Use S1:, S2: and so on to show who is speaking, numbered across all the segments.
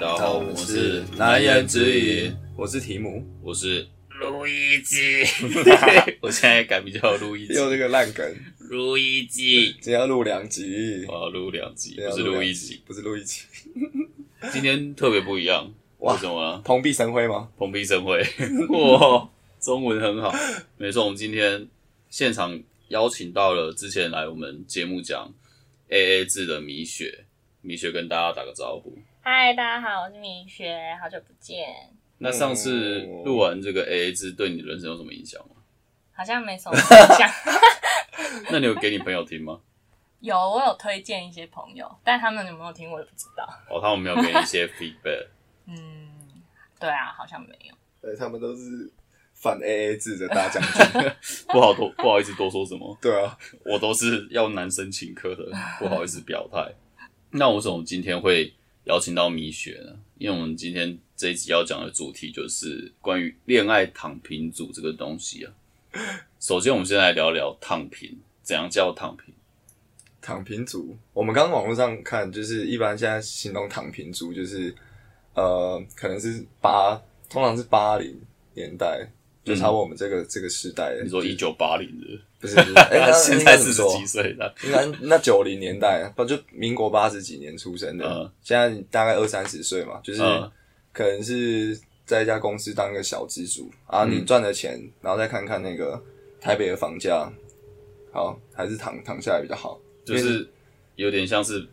S1: 哦是难言之隐，
S2: 我是提姆，
S1: 我是路易吉， 我现在改名叫路易吉，
S2: 又这个烂梗，
S1: 路易吉，
S2: 今天要录两集，
S1: 我要录两集，
S2: 今
S1: 不
S2: 天要
S1: 是
S2: 录
S1: 路
S2: 两
S1: 易
S2: 集
S1: 吉，，
S2: 不是录一集，
S1: 今天特别不一 样，
S2: 哇
S1: 为什么呢？
S2: 蓬荜生辉吗？
S1: 蓬荜生 辉，哇，中文很好，没错，我们今天现场邀请到了之前来我们节目讲 A A 制的米雪，米雪跟大家打个招呼。
S3: 嗨，大家好，我是米雪，好久不见，
S1: 那上次
S2: 嗯
S1: 录完这个 A A 制，对你的人生有什么影响吗？
S3: 好像没什么印 象。
S1: 那你有给你朋友听吗？
S3: 有，我有推荐一些朋友，但他们有没有听我也不知道。
S1: 哦，他们没有给你一些 feedback。
S3: 嗯，对啊，好像没有。
S2: 对，他们都是反 AA 制的大将军，
S1: 不好多不好意思多说什么，
S2: 对啊，
S1: 我都是要男生请客的，不好意思表态。那为什么今天会邀请到米雪呢？因为我们今天这一集要讲的主题就是关于恋爱躺平组这个东西啊。首先，我们先来聊聊躺平，怎样叫躺平？
S2: 躺平族。我们刚刚网络上看，就是一般现在形容躺平族，就是呃，可能是八，通常是八零年代，就差不多我们这个、这个时代。
S1: 你说一九八零的，
S2: 不是，不是 哎、那
S1: 现在
S2: 应该怎
S1: 四
S2: 么
S1: 十
S2: 说
S1: 几岁了，
S2: 应该那九零年代，啊不就民国八十几年出生的，
S1: 嗯
S2: 现在大概二三十岁嘛，就是
S1: 嗯
S2: 可能是在一家公司当一个小资主啊，
S1: 嗯
S2: 你赚的钱，然后再看看那个台北的房价，好还是躺躺下来比较好。
S1: 就是有点像是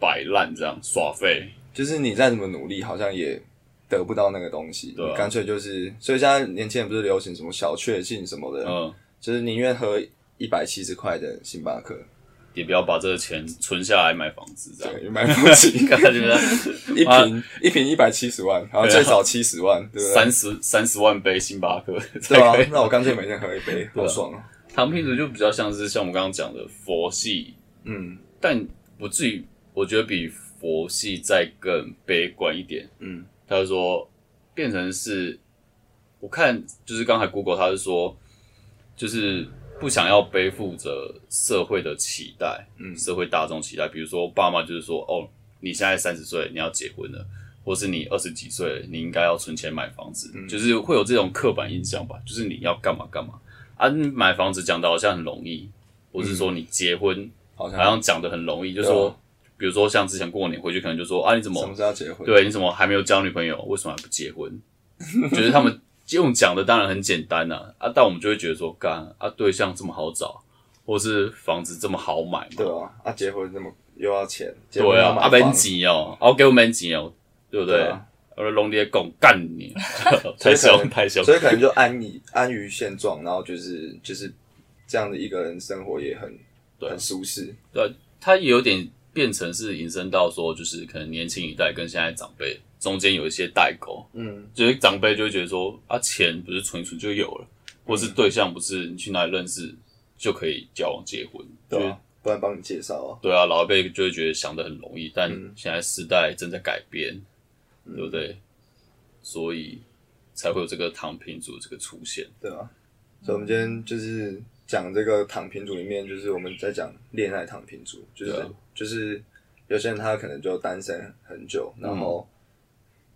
S1: 摆烂这样耍废。
S2: 就是你再怎么努力，好像也得不到那个东西，
S1: 对啊
S2: 你干脆就是，所以现在年轻人不是流行什么小确幸什么的，
S1: 嗯，
S2: 就是宁愿喝一百七十块的星巴克，
S1: 也不要把这个钱存下来买房子这样。
S2: 对，买不起。
S1: 感觉
S2: 一
S1: 啊
S2: 瓶一瓶一百七十万，然后最少七十万，对不啊
S1: 三
S2: 对？
S1: 十三十万杯星巴克
S2: 对啊
S1: 才可以，。
S2: 那我干脆每天喝一杯，
S1: 对啊
S2: 好爽啊！
S1: 糖品组就比较像是像我们刚刚讲的佛系，
S2: 嗯
S1: 但不至于，我觉得比佛系再更悲观一点。
S2: 嗯，
S1: 他就说变成是，我看就是刚才 Google 他是说，就是不想要背负着社会的期待，
S2: 嗯
S1: 社会大众期待，比如说爸妈就是说，哦，你现在三十岁，你要结婚了。或是你二十几岁，你应该要存钱买房子，
S2: 嗯
S1: 就是会有这种刻板印象吧，就是你要干嘛干嘛啊，你买房子讲的好像很容易，或是说你结婚
S2: 好像
S1: 好像讲的很容易，就
S2: 嗯对啊
S1: 说，比如说像之前过年回去，可能就说啊，你怎么
S2: 什么时候要结婚？
S1: 对，你怎么还没有交女朋友？为什么还不结婚？ 就是他们用讲的当然很简单呐、啊，但我们就会觉得说，干啊，对象这么好找，或是房子这么好买
S2: 对
S1: 嘛？
S2: 啊，啊，结婚那么又要钱，结婚
S1: 对
S2: 要
S1: 啊，
S2: 买
S1: 啊没
S2: 房，
S1: 钱哦，啊我给我没钱哦，对不
S2: 对
S1: 对
S2: 啊？
S1: 我龙爹拱干你，
S2: 所
S1: 太
S2: 以可能
S1: 凶太凶，
S2: 所以可能就安于安于现状，然后就是就是这样的一个人生活也很
S1: 对啊
S2: 很舒适。
S1: 对，它也有点变成是引申到说，就是可能年轻一代跟现在长辈中间有一些代沟，
S2: 嗯，
S1: 就是长辈就会觉得说，啊，钱不是存一存就有了，或
S2: 嗯
S1: 是对象不是你去哪里认识就可以交往结婚，
S2: 对
S1: 就是
S2: 啊，不然帮你介绍啊。
S1: 对啊，老一辈就会觉得想的很容易，但
S2: 嗯
S1: 现在时代正在改变，对不对？所以才会有这个躺平族这个出现。
S2: 对啊，所以我们今天就是讲这个躺平族里面，就是我们在讲恋爱躺平族，就是、
S1: 对啊
S2: 就是有些人他可能就单身很久，
S1: 嗯
S2: 然后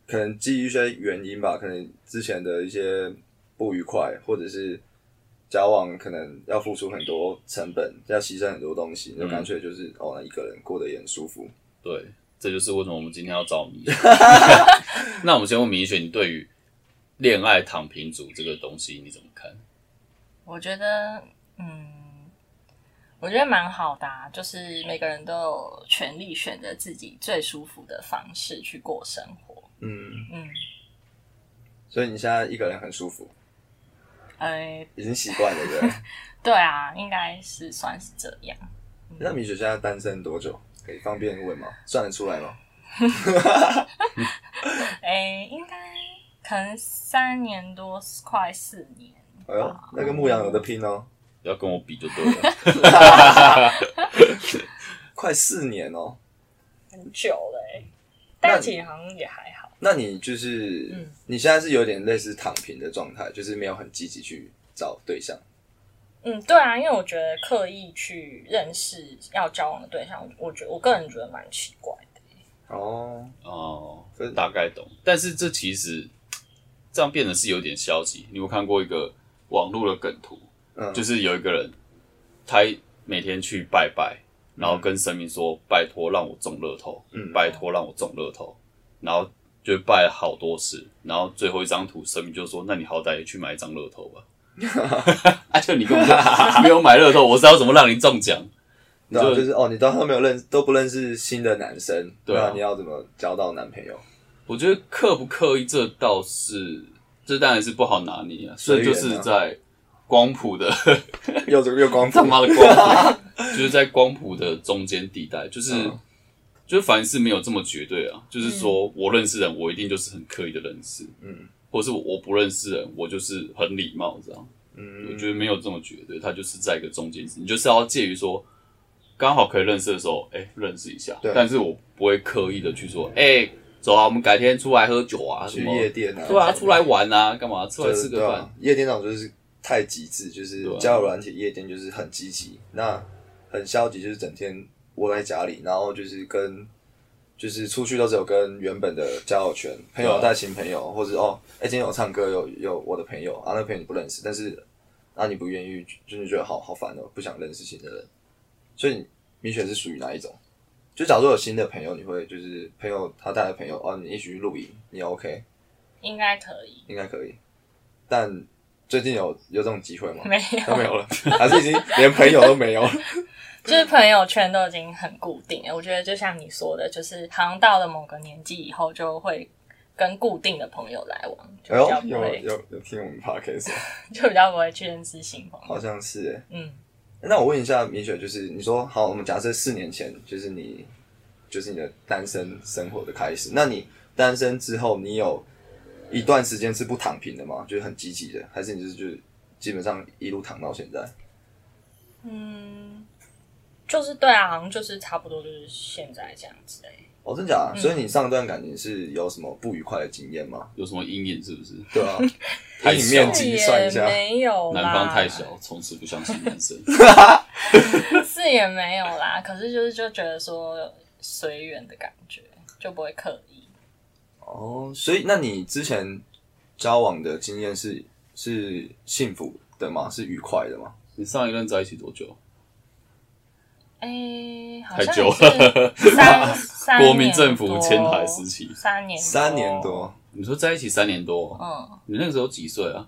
S2: 可能基于一些原因吧，可能之前的一些不愉快，或者是交往可能要付出很多成本，要牺牲很多东西，就
S1: 嗯
S2: 干脆就是、哦，那一个人过得也很舒服。
S1: 对，这就是为什么我们今天要找 米雪。 那我们先问米雪，你对于恋爱躺平族这个东西你怎么看？
S3: 我觉得，嗯，我觉得蛮好的、啊，就是每个人都有权利选择自己最舒服的方式去过生活。
S2: 嗯，
S3: 嗯，
S2: 所以你现在一个人很舒服，
S3: 哎、
S2: 已经习惯了，对不 对？
S3: 对啊，应该是算是这样。
S2: 那米雪现在单身多久？可以方便问吗？算得出来吗？
S3: 哎、应该可能三年多，快四年。
S2: 哎呦，那个牧羊有的拼哦，
S1: 不要跟我比就对了。
S2: 快四年哦。
S3: 很久了、欸，
S2: 那
S3: 但其实好像也还好。
S2: 那你就是、
S3: 嗯
S2: 你现在是有点类似躺平的状态，就是没有很积极去找对象。
S3: 嗯，对啊，因为我觉得刻意去认识要交往的对象，我觉得我个人觉得蛮奇怪的。
S2: 哦，
S1: 哦
S2: 所以，
S1: 大概懂。但是这其实这样变得是有点消极。你有没有看过一个网络的梗图，
S2: 嗯，
S1: 就是有一个人他每天去拜拜，然后跟神明说：“拜托让我中乐透，
S2: 嗯
S1: 拜托让我中乐透。”然后就拜了好多次，然后最后一张图，神明就说：“那你好歹也去买一张乐透吧。” 啊，就你根本就没有买乐透，我是要怎么让你中奖？
S2: 对啊
S1: 就
S2: 就是哦，你当他没有认都不认识新的男生，
S1: 对啊
S2: 那你要怎么交到男朋友？
S1: 我觉得刻不刻意，这倒是这当然是不好拿捏啊，所以就是在光谱 的
S2: 又这个 又光
S1: 他
S2: 谱，
S1: 妈的光谱，就是在光谱的中间地带，就是、
S2: 嗯
S1: 就是凡事没有这么绝对啊，就是说我认识人，我一定就是很刻意的认识，
S2: 嗯
S1: 或是我不认识人，我就是很礼貌这样。我
S2: 嗯，
S1: 觉得没有这么绝对，它就是在一个中间值，你就是要介于说刚好可以认识的时候，哎、认识一下
S2: 对，
S1: 但是我不会刻意的去说，哎、走啊，我们改天出来喝酒啊，什
S2: 去
S1: 么
S2: 夜店啊，
S1: 对啊，
S2: 什么
S1: 出来玩啊，干嘛？出来
S2: 就是
S1: 吃个
S2: 对啊
S1: 饭，
S2: 夜店那种就是太极致，就是
S1: 对啊
S2: 交友软体夜店就是很积极，那很消极就是整天窝在家里，然后就是跟就是出去都只有跟原本的交友圈朋友
S1: 对啊
S2: 带新朋友，或者哦，哎、今天有唱歌有有我的朋友啊，那个朋友你不认识，但是啊你不愿意，就是觉得好好烦哦，不想认识新的人。所以米雪是属于哪一种？就假如有新的朋友，你会就是朋友他带来朋友哦，你一起去露营，你 OK？
S3: 应该可以，
S2: 应该可以。但最近有有这种机会吗？
S3: 没
S2: 都
S3: 有，
S2: 没有了，还是已经连朋友都没有了。
S3: 就是朋友圈都已经很固定了。我觉得就像你说的，就是好像到了某个年纪以后，就会跟固定的朋友来往，就
S2: 哎
S3: 比
S2: 呦，
S3: 较不
S2: 有
S3: 会，
S2: 有有听我们 podcast，
S3: 就比较不会去认识新朋
S2: 好
S3: 友。
S2: 像是哎。
S3: 嗯，
S2: 那我问一下米雪，就是你说好，我们假设四年前就是你，就是你的单身生活的开始。那你单身之后，你有一段时间是不躺平的吗？就是很积极的，还是你就是就是基本上一路躺到现在？
S3: 嗯，就是对啊，好像就是差不多就是现在这样子哎、
S2: 哦，真假、所以你上段感情是有什么不愉快的经验吗？
S1: 有什么阴影是不是？
S2: 对 啊，
S1: 太
S2: 阴影
S1: 小
S2: 面
S1: 了
S2: 积算一下
S3: 是也没有啦，
S1: 男方太小，从此不相信男 生。
S3: 是也没有啦。可是就是就觉得说随缘的感觉，就不会刻意。
S2: 哦，所以那你之前交往的经验是是幸福的吗？是愉快的吗？
S1: 你上一任在一起多久？
S3: 哎、好
S1: 太
S3: 像
S1: 久
S3: 也 是三三
S1: 国民政府
S3: 年多
S1: 迁台时期
S3: 三年
S2: 三年，多，
S1: 你说在一起三年多哦，
S3: 嗯，
S1: 你那个时候几岁啊？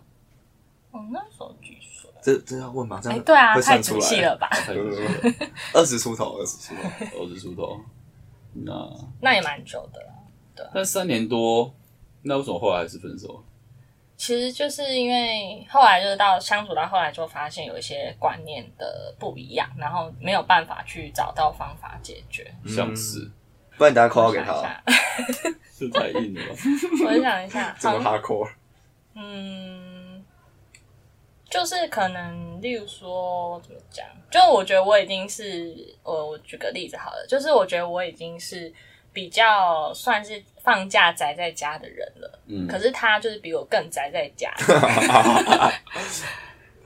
S3: 我那时候几岁？
S2: 这这要问吗？这
S3: 哎、
S2: 样
S3: 对啊，
S2: 会算
S3: 太
S2: 出
S3: 仔
S2: 来。
S3: 细了吧？
S1: 太
S2: 对
S1: 久
S2: 对
S1: 了
S2: 对对二十出头，二十出头。
S1: 二十出头。那
S3: 那也蛮久的啦。
S1: 但三年多，那为什么后来还是分手？
S3: 其实就是因为后来就是到相处到后来，就发现有一些观念的不一样，然后没有办法去找到方法解决。
S1: 像是，
S2: 不然你等下 call
S3: 我
S2: 给
S3: 想
S2: 他
S3: 一
S2: 啊，
S3: 下，
S1: 这太硬了吧？
S3: 我想 一下，
S2: 这么
S3: 好
S2: hardcore。
S3: 嗯，就是可能，例如说怎么讲，就我觉得我已经是，我我举个例子好了，就是我觉得我已经是比较算是放假宅在家的人了，
S1: 嗯，
S3: 可是他就是比我更宅在 家，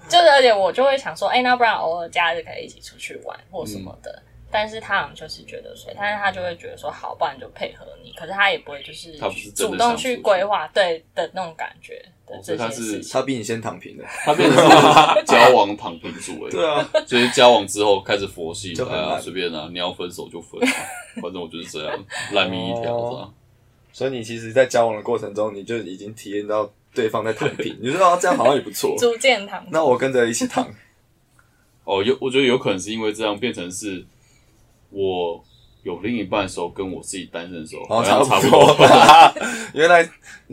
S3: 就是而且我就会想说，哎、那不然偶尔假日可以一起出去玩或什么的。
S1: 嗯
S3: 但是他好像就是觉得说，但是他就会觉得说，好，不然就配合你。可是他也不会就是
S1: 他不是真的
S3: 主动
S1: 想出
S3: 去
S1: 去
S3: 规划对的那种感觉的
S1: 哦所
S3: 这
S1: 以他
S3: 些
S1: 是
S3: 事情。
S2: 他比你先躺平的。
S1: 他变成是交往躺平族哎、
S2: 对啊，
S1: 就是交往之后开始佛系，
S2: 就很
S1: 哎呀
S2: 懒
S1: 随便啊，你要分手就分、啊，反正我就是这样， 烂命一条
S2: 哦
S1: 是吧？
S2: 所以你其实，在交往的过程中，你就已经体验到对方在躺平，你就知道这样好像也不错。
S3: 逐渐躺
S2: 那我跟着一 起躺。
S1: 哦，有我觉得有可能是因为这样变成是我有另一半的时候，跟我自己单身的时候
S2: 哦，
S1: 好像差
S2: 差不
S1: 不
S2: 多
S1: 多。。
S2: 原来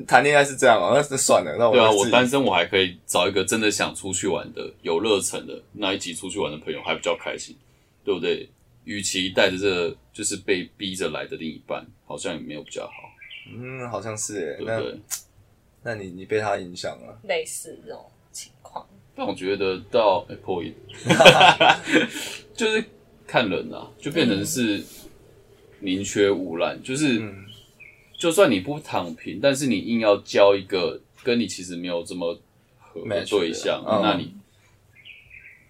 S2: 谈恋爱是这样啊，那那算了，那我
S1: 对啊，
S2: 自己
S1: 我单身我还可以找一个真的想出去玩的、有热忱的那一起出去玩的朋友，还比较开心，对不对？与其带着这个就是被逼着来的另一半，好像也没有比较好，
S2: 嗯，好像是哎
S1: 对。不
S2: 那
S1: 对？
S2: 那你你被他影响了，
S3: 类似这种情况。
S1: 但我觉得到哎破音， 就是看人啊，就变成是宁缺毋滥，就是、
S2: 嗯
S1: 就算你不躺平，但是你硬要交一个跟你其实没有这么合的
S2: Match 的
S1: 对象，
S2: 嗯
S1: 那你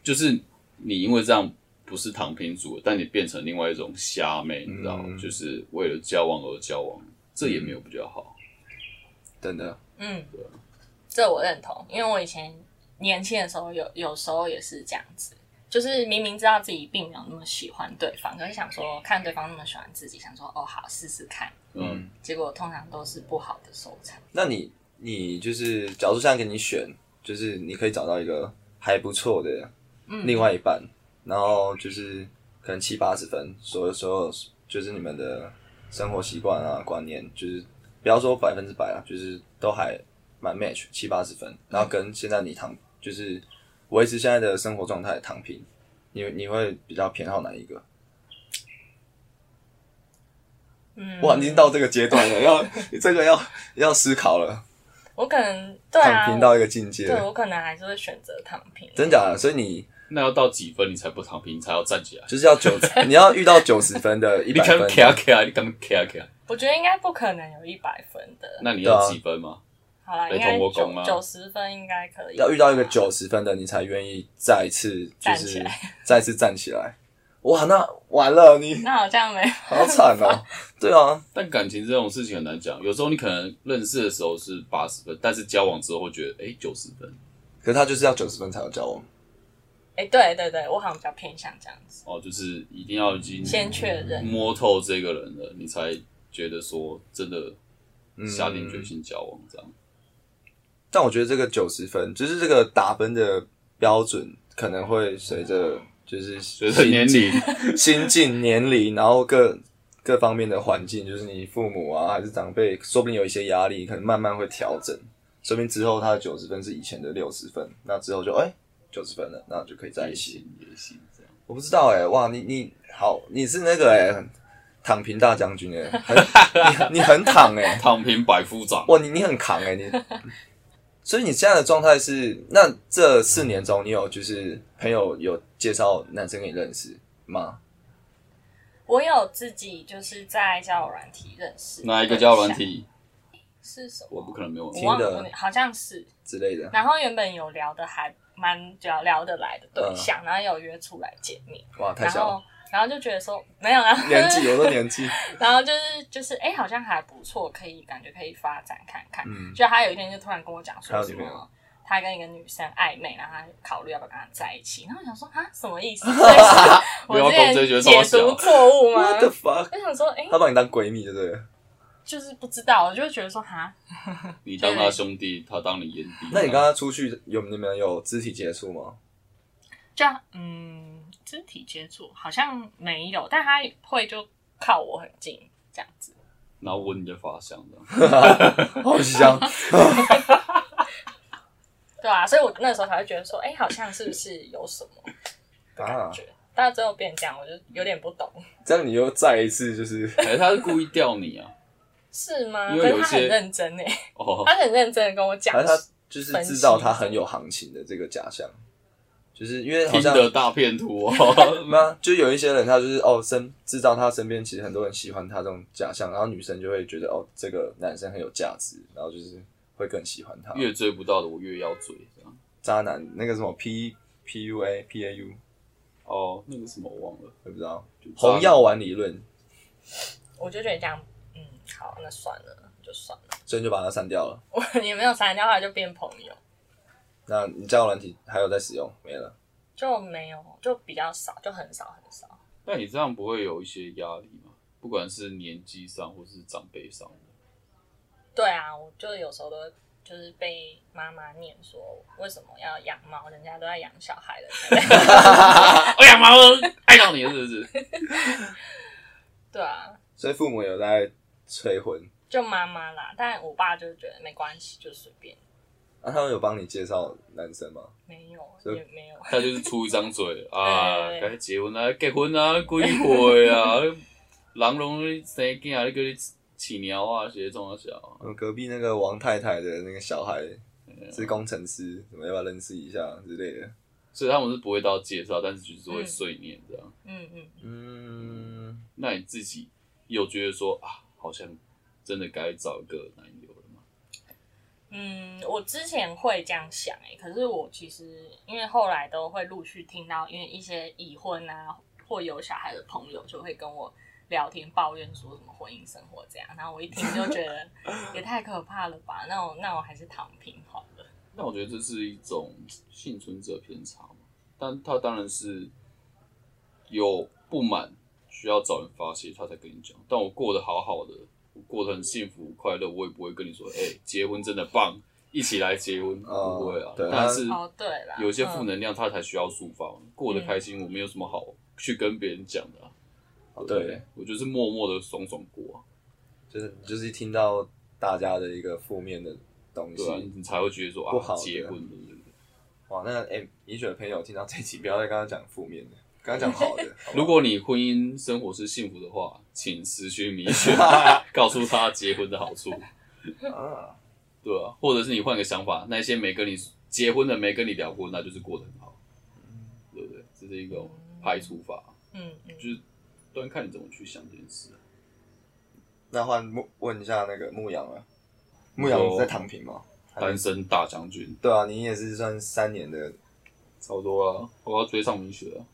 S1: 就是你因为这样不是躺平族了，但你变成另外一种虾妹，你知道吗？
S2: 嗯
S1: 就是为了交往而交往，这也没有比较好。
S2: 真的，
S3: 嗯，这我认同，因为我以前年轻的时候有有时候也是这样子，就是明明知道自己并没有那么喜欢对方，可是想说看对方那么喜欢自己，想说哦好试试看，
S1: 嗯，
S3: 结果通常都是不好的收场。
S2: 那你你就是，假如说现在给你选，就是你可以找到一个还不错的
S3: 嗯
S2: 另外一半，然后就是可能七八十分，所有所有就是你们的生活习惯啊、观念，就是不要说百分之百啊，就是都还蛮 match 七八十分，然后跟现在你躺就是维持现在的生活状态躺平，你你会比较偏好哪一个？
S3: 嗯，
S2: 哇，已经到这个阶段了，要这个要要思考了，
S3: 我可能对啊，
S2: 躺平到一个境界，
S3: 对我可能还是会选择躺平。
S2: 真假的？所以你。
S1: 那要到几分你才不躺平，你才要站起来？
S2: 就是要九， 你要遇到九十 分的、一
S1: 你
S2: 百
S1: 敢
S2: 分啊
S1: 卡
S2: 的，
S1: 卡，你敢卡卡？
S3: 我觉得应该不可能有一百分的，
S1: 那你要
S2: 对啊
S1: 几分吗？
S3: 好啦，
S1: 雷
S3: 应
S1: 同
S3: 该
S1: 我拱
S3: 九
S1: 啊
S3: 九十分应该可以。
S2: 要遇到一个九十分的，你才愿意再次就
S3: 站起
S2: 是
S3: 来
S2: 再次站起来。哇，那完了， 你
S3: 那好像没有，
S2: 好惨哦。对啊，
S1: 但感情这种事情很难讲，有时候你可能认识的时候是八十分，但是交往之后会觉得哎九十分
S2: 可是他就是要九十分才有交往。
S3: 哎、对对对，我好像比较偏向这样子，
S1: 哦，就是一定要已经
S3: 先确认。
S1: 摸透这个人了，你才觉得说真的
S2: 嗯
S1: 下定决心交往这样。
S2: 但我觉得这个九十分，就是这个打分的标准，可能会随着就是
S1: 随着年龄，
S2: 心境、年龄，然后各各方面的环境，就是你父母啊，还是长辈，说不定有一些压力，可能慢慢会调整。说不定之后他的九十分是以前的六十分，那之后就哎九十分了，那就可以在一
S1: 也
S2: 起。
S1: 行也行这样。
S2: 我不知道哎、哇，你你好，你是那个哎、躺平大将军哎、很你你很躺哎、
S1: 躺平百夫长，
S2: 哇，你你很扛哎、你。所以你现在的状态是，那这四年中，你有就是朋友有介绍男生给你认识吗？
S3: 我有自己就是在交友软体认识，
S1: 哪一个交友软体？
S3: 是什么？
S1: 我不可能没有
S3: 我
S2: 听
S3: 忘
S2: 的
S3: 了，好像是。
S2: 之类的？
S3: 然后原本有聊的还蛮聊聊得来的对象，然后有约出来见面，
S2: 哇，嗯太
S3: 然
S2: 小了。
S3: 后然后就觉得说没有啊，
S2: 年纪，有的年纪，
S3: 然后就是就是哎、好像还不错，可以感觉可以发展看看。
S2: 嗯，
S3: 就他有一天就突然跟我讲
S2: 还
S3: 说
S2: 有
S3: 什
S2: 女朋友
S3: 么，他跟一个女生暧昧，然后他考虑要不要跟她在一起。然后我想说啊，什么意 思？所以是
S1: 不要
S3: 我
S1: 搞这些
S3: 之前
S1: 东西啊
S3: 解读错误吗？
S2: What the fuck？
S3: 我想说，哎、
S2: 他把你当闺蜜就对了。
S3: 就是不知道，我就会觉得说哈，
S1: 你当他兄弟，他当你啊眼弟。
S2: 那你跟他出去有你们有肢体接触吗？
S3: 这样嗯，肢体接触好像没有，但他会就靠我很近这样子。
S1: 然后闻你的发香这样。
S2: 好香，
S3: 对啊，所以我那时候才会觉得说，哎、好像是不是有什么
S2: 啊
S3: 感！觉？但最后变成这样，我就有点不懂，
S2: 这样你又再一次就是
S1: 哎、他是故意钓你啊！
S3: 是吗？
S1: 因为
S3: 可是
S1: 有一
S3: 他很
S1: 些
S3: 认真哎、
S1: 哦，
S3: 他很认真的跟我讲
S2: 还，是他就是制造他很有行情的这个假象，就是因为好
S1: 听
S2: 像
S1: 的大骗图哦。
S2: 那就有一些人他就是哦身制造他身边其实很多人喜欢他这种假象，然后女生就会觉得哦这个男生很有价值，然后就是会更喜欢他。
S1: 越追不到的，我越要追这样。
S2: 渣男那个什么 P P U A P A U，
S1: 哦，那个什么我忘了，
S2: 我不知道
S1: 就渣男
S2: 红药丸理论，
S3: 我就觉得这样，嗯，好，那算了，就算了，
S2: 所以你就把它删掉了。
S3: 我 也没有删掉，后来就变朋友，
S2: 那你交友软体还有在使用？没了。
S3: 就没有，就比较少，就很少很少。
S1: 但你这样不会有一些压力吗？不管是年纪上或是长辈上的，
S3: 对啊，我就有时候都就是被妈妈念说，为什么要养猫？人家都在养小孩了。
S1: 哎呀妈，我爱到你了是不是？
S3: 对啊，
S2: 所以父母有在催婚，
S3: 就妈妈啦，但我爸就觉得没关系，就随便，
S2: 那、他们有帮你介绍男生吗？
S3: 没有
S2: 所以
S3: 也没有。
S1: 他就是出一张嘴啊，
S3: 对对对
S1: 该结婚啊，结婚啊，鬼会啊，人拢生囝啊，你叫你饲猫啊，这些种啊小，
S2: 我隔壁那个王太太的那个小孩是工程师，什么要不要认识一下之类的？
S1: 所以他们是不会到介绍，但是就是会碎念这样。
S3: 嗯嗯，
S2: 嗯，
S1: 那你自己有觉得说啊，好像真的该找一个男友了吗？
S3: 嗯，我之前会这样想哎、可是我其实因为后来都会陆续听到，因为一些已婚啊或有小孩的朋友就会跟我聊天抱怨说什么婚姻生活这样，然后我一听就觉得也太可怕了吧，那我那我还是躺平好了。
S1: 但我觉得这是一种幸存者偏差嘛，但他当然是有不满，需要找人发泄，他才跟你讲。但我过得好好的，我过得很幸福快乐，我也不会跟你说，哎、结婚真的棒，一起来结婚，
S2: 哦
S1: 不会啊。
S2: 对
S1: 但是
S3: 哦，对啦，
S1: 有一些负
S3: 嗯
S1: 能量，他才需要抒发。过得开心，我没有什么好去跟别人讲的、啊。
S2: 哦
S1: 对不
S2: 对，
S1: 我就是默默的爽爽过啊，
S2: 就是就是一听到大家的一个负面的东
S1: 对啊，
S2: 西，
S1: 你才会觉得说
S2: 不
S1: 啊
S2: 好，的
S1: 结婚了，对不对？
S2: 哇，那哎，米雪的朋友听到这集，不要再跟他讲负面的，跟他讲好的。好不好
S1: 如果你婚姻生活是幸福的话，请私讯米 雪，告诉他结婚的好处，
S2: 啊，
S1: 对啊，或者是你换个想法，那些没跟你结婚的没跟你聊过，那就是过得很好，
S2: 嗯
S1: 对不对？这是一种排除法，
S3: 嗯嗯，
S1: 就是端看你怎么去想这件事啊、
S2: 那换牧问一下那个牧羊了，牧羊
S1: 有
S2: 在躺平吗？
S1: 单身大将军，
S2: 对啊，你也是算三年的，
S1: 差不多啊，我要追上米雪了，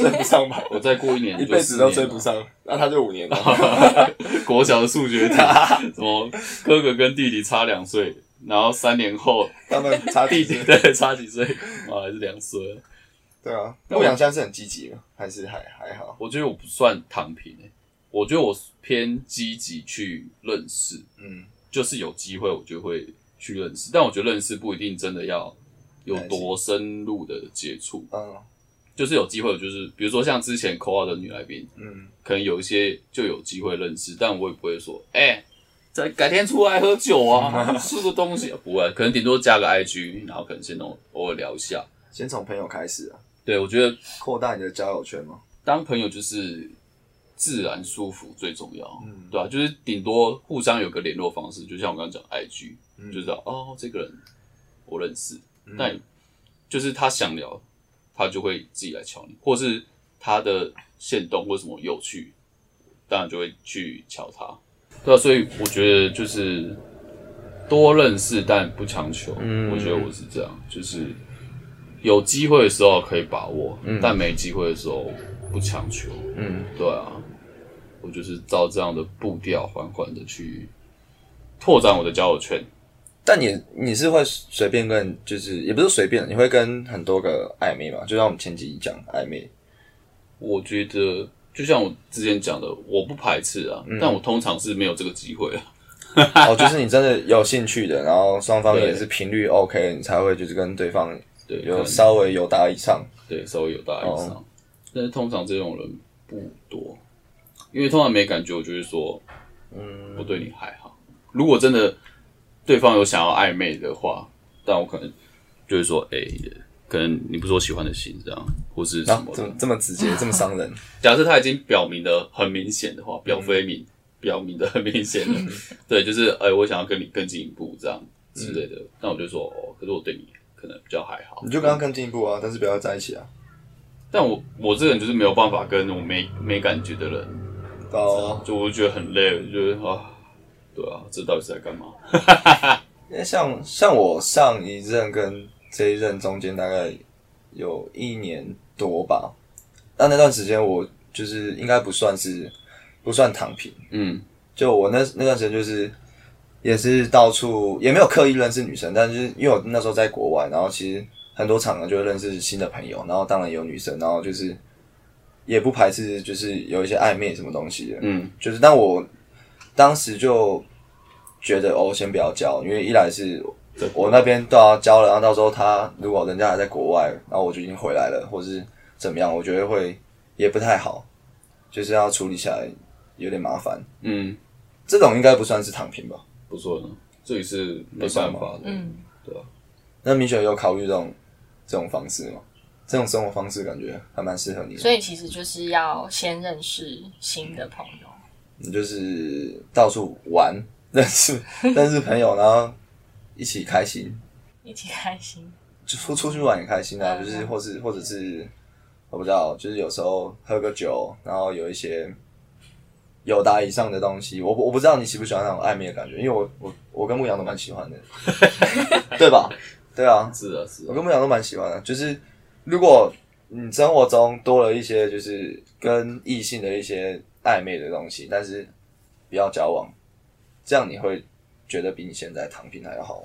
S2: 追不 上吧？
S1: 我再过一年
S2: 一
S1: 就
S2: 辈
S1: 四
S2: 子
S1: 年
S2: 都
S1: 了
S2: 追不。上，那他就五年了。
S1: 国小的数学 题，什么哥哥跟弟弟差两岁，然后三年后
S2: 他们差
S1: 弟
S2: 几
S1: 弟
S2: 岁？
S1: 对差几岁，啊还是两岁。
S2: 对啊，牧羊现在是很积极吗？还是还还好？
S1: 我觉得我不算躺平、欸，我觉得我偏积极去认识，
S2: 嗯，
S1: 就是有机会我就会去认识，但我觉得认识不一定真的要有多深入的接触，
S2: 嗯
S1: 就是有机会，就是比如说像之前 call out 的女来宾，
S2: 嗯，
S1: 可能有一些就有机会认识，但我也不会说，哎、咱改天出来喝酒啊，吃个东西，不会，可能顶多加个 IG，然后可能先偶偶尔聊一下。
S2: 先从朋友开始啊，
S1: 对，我觉得
S2: 扩大你的交友圈嘛。
S1: 当朋友就是自然舒服最重要，
S2: 嗯
S1: 对吧、啊就是顶多互相有个联络方式，就像我刚刚讲 IG，、
S2: 嗯
S1: 就知道哦，这个人我认识，
S2: 嗯
S1: 但就是他想聊，他就会自己来敲你，或是他的线动或什么有趣，当然就会去敲他，对啊，所以我觉得就是多认识，但不强求。
S2: 嗯
S1: 我觉得我是这样，就是有机会的时候可以把握，
S2: 嗯
S1: 但没机会的时候不强求。
S2: 嗯
S1: 对啊，我就是照这样的步调，缓缓的去拓展我的交友圈。
S2: 但你你是会随便跟，就是也不是随便，你会跟很多个暧昧嘛？就像我们前几集讲 暧昧，
S1: 我觉得就像我之前讲的，我不排斥啊，
S2: 嗯
S1: 但我通常是没有这个机会啊。
S2: 哦，就是你真的有兴趣的，然后双方
S1: 对
S2: 也是频率 OK，你才会就是跟对方
S1: 对，可
S2: 有
S1: 能
S2: 稍微有打以上。
S1: 对，稍微有大一上，
S2: 哦
S1: 但是通常这种人不多，因为通常没感觉，我就会说，嗯，我对你还好。如果真的对方有想要暧昧的话，但我可能就会说，哎、可能你不是我喜欢的型这样，或是什
S2: 啊
S1: 么，
S2: 这
S1: 的。
S2: 么这么直接， 这么伤人，
S1: 假设他已经表明的很明显的话，表非明、表明的很明显了， 对，就是哎、我想要跟你更进一步这样之类的，那我就说，哦，可是我对你可能比较还好，
S2: 你就跟他更进一步啊，但是不要在一起啊。
S1: 但我我这个人就是没有办法跟我没没感觉的人，
S2: 哦，
S1: 就我就觉得很累，我就觉得啊，对啊，这到底是在干嘛？
S2: 因
S1: 啊
S2: 为像像我上一任跟这一任中间大概有一年多吧，那那段时间我就是应该不算是不算躺平，
S1: 嗯，
S2: 就我那那段时间就是也是到处也没有刻意认识女生，但是因为我那时候在国外，然后其实很多场合就会认识新的朋友，然后当然也有女生，然后就是也不排斥就是有一些暧昧什么东西的，
S1: 嗯，
S2: 就是但我当时就觉得哦，先不要交，因为一来是
S1: 在国
S2: 我那边都要交了，然后到时候他如果人家还在国外，然后我就已经回来了，或是怎么样，我觉得会也不太好，就是要处理起来有点麻烦。
S1: 嗯，
S2: 这种应该不算是躺平吧？
S1: 不错呢，这也是没办法的，
S3: 嗯，
S2: 那米雪有考虑这种这种方式吗？这种生活方式感觉还蛮适合你的，
S3: 所以其实就是要先认识新的朋友。
S2: 你就是到处玩，认识 认识朋友，然后一起开心，
S3: 一起开心，
S2: 就出出去玩也开心啊，
S3: 嗯
S2: 就是或是或者是我不知道，就是有时候喝个酒，然后有一些友达以上的东西。我不我不知道你喜不喜欢那种暧昧的感觉，因为我我我跟牧羊都蛮喜欢 的，对吧？对啊，
S1: 是啊是
S2: 我
S1: 啊，
S2: 跟牧羊都蛮喜欢的。就是如果你生活中多了一些就是跟异性的一些暧昧的东西，但是不要交往，这样你会觉得比你现在躺平还要好。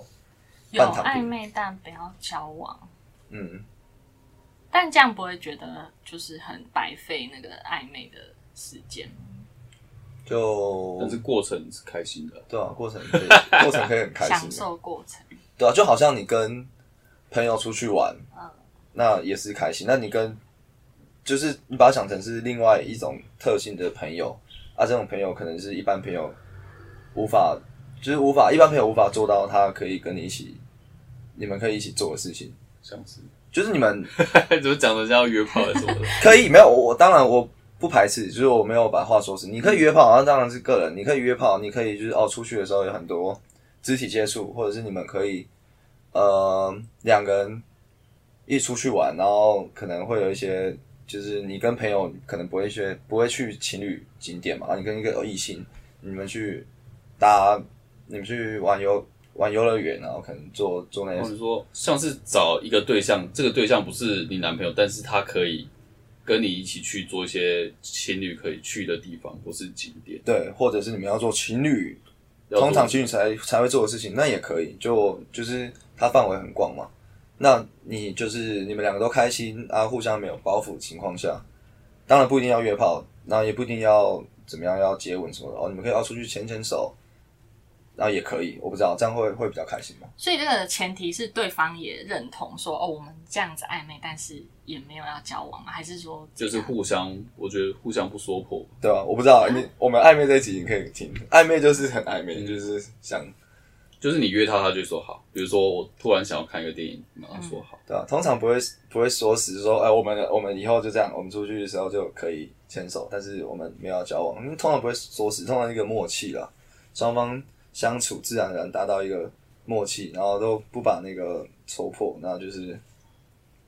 S3: 有
S2: 半躺平
S3: 暧昧但不要交往，
S2: 嗯，
S3: 但这样不会觉得就是很白费那个暧昧的时间。
S2: 就
S1: 但是过程是开心的，
S2: 对啊，过程 可以过程可以很开
S3: 享
S2: 心的。
S3: 受过程，
S2: 对啊，就好像你跟朋友出去玩，
S3: 嗯
S2: 那也是开心。那你跟就是你把它想成是另外一种特性的朋友啊，这种朋友可能是一般朋友无法，就是无法一般朋友无法做到，他可以跟你一起，你们可以一起做的事情，
S1: 像 是
S2: 就是你们
S1: 怎么讲的像要约炮还是什么的，
S2: 可以没有我，我当然我不排斥，就是我没有把话说死。你可以约炮，那当然是个人，你可以约炮，你可以就是哦，出去的时候有很多肢体接触，或者是你们可以呃两个人一起出去玩，然后可能会有一些就是你跟朋友可能不会去不会去情侣景点嘛，你跟一个异性，你们去搭，你们去玩游玩游乐园，然后可能做做那些
S1: 或者说像是找一个对象，这个对象不是你男朋友，但是他可以跟你一起去做一些情侣可以去的地方或是景点，
S2: 对，或者是你们要做情侣
S1: 要做
S2: 通常情侣才才会做的事情，那也可以，就就是它范围很广嘛。那你就是你们两个都开心啊，互相没有包袱的情况下，当然不一定要约炮，然后也不一定要怎么样要接吻什么的哦，你们可以要出去牵牵手，然后也可以，我不知道这样会会比较开心吗？
S3: 所以这个前提是对方也认同说哦，我们这样子暧昧，但是也没有要交往吗？还是说
S1: 就是互相，我觉得互相不说破，
S2: 对吧、我不知道你我们暧昧这一集你可以听，暧昧就是很暧昧，就是想
S1: 就是你约他，他就说好。比如说我突然想要看一个电影，然后
S3: 嗯
S1: 说好，
S2: 对啊，通常不会不会说死说，哎、我们我们以后就这样，我们出去的时候就可以牵手，但是我们没有要交往，因为通常不会说死，通常一个默契啦，双方相处自然而然达到一个默契，然后都不把那个戳破，然后就是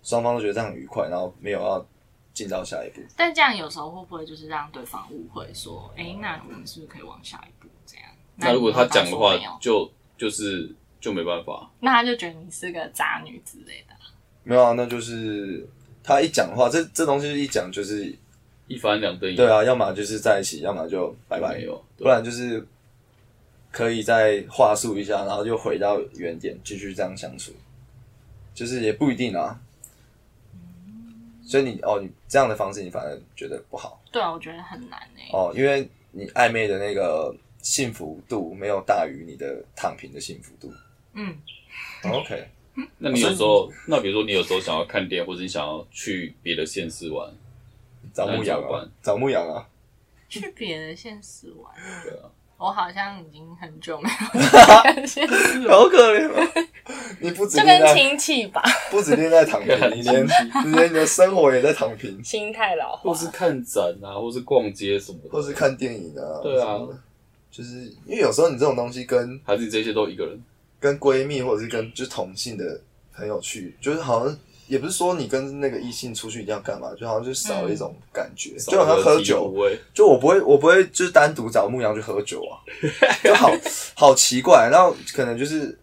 S2: 双方都觉得这样很愉快，然后没有要进到下一步。
S3: 但这样有时候会不会就是让对方误会说，哎、那我们是不是可以往下一步这样？
S1: 那如果他讲的话
S3: 那你又说没，有
S1: 就就是就没办法。
S3: 那他就觉得你是个渣女之类的。
S2: 没有啊，那就是他一讲的话，这这东西一讲就是
S1: 一翻两瞪眼，
S2: 对啊，要么就是在一起，要么就拜拜
S1: 没。有，对
S2: 不然就是可以再话术一下，然后就回到原点，继续这样相处，就是也不一定啊。所以你哦，你这样的方式你反而觉得不好
S3: 对啊，我觉得很难哎、
S2: 哦，因为你暧昧的那个幸福度没有大于你的躺平的幸福度。哦
S3: 嗯，
S2: OK，
S1: 那你有时候，那比如说你有时候想要看电影，或者你想要去别的县市玩，
S2: 找牧羊
S1: 那怎么
S2: 啊
S1: 办，
S2: 找牧羊啊，
S3: 去别的县市玩，
S1: 对啊，
S3: 我好像已经很久没有去别的县 市玩，
S2: 好可怜哦。你不止
S3: 就
S2: 恋
S3: 跟
S2: 爱，
S3: 亲戚吧，
S2: 不止恋爱躺平，你连你连你的生活也在躺平，
S3: 心太老
S1: 或
S3: 化。
S1: 是看展啊，或是逛街什么的，
S2: 或是看电影啊，
S1: 对啊
S2: 什么的，就是因为有时候你这种东西跟
S1: 还是你这些都一个人，
S2: 跟闺蜜或者是跟就是同性的朋友去，就是好像也不是说你跟那个异性出去一定要干嘛，就好像就少了一种感觉，
S1: 嗯
S2: 就好像喝酒，
S1: 味，
S2: 就我不会我不会就是单独找牧羊去喝酒 啊，就好好奇怪，然后可能就是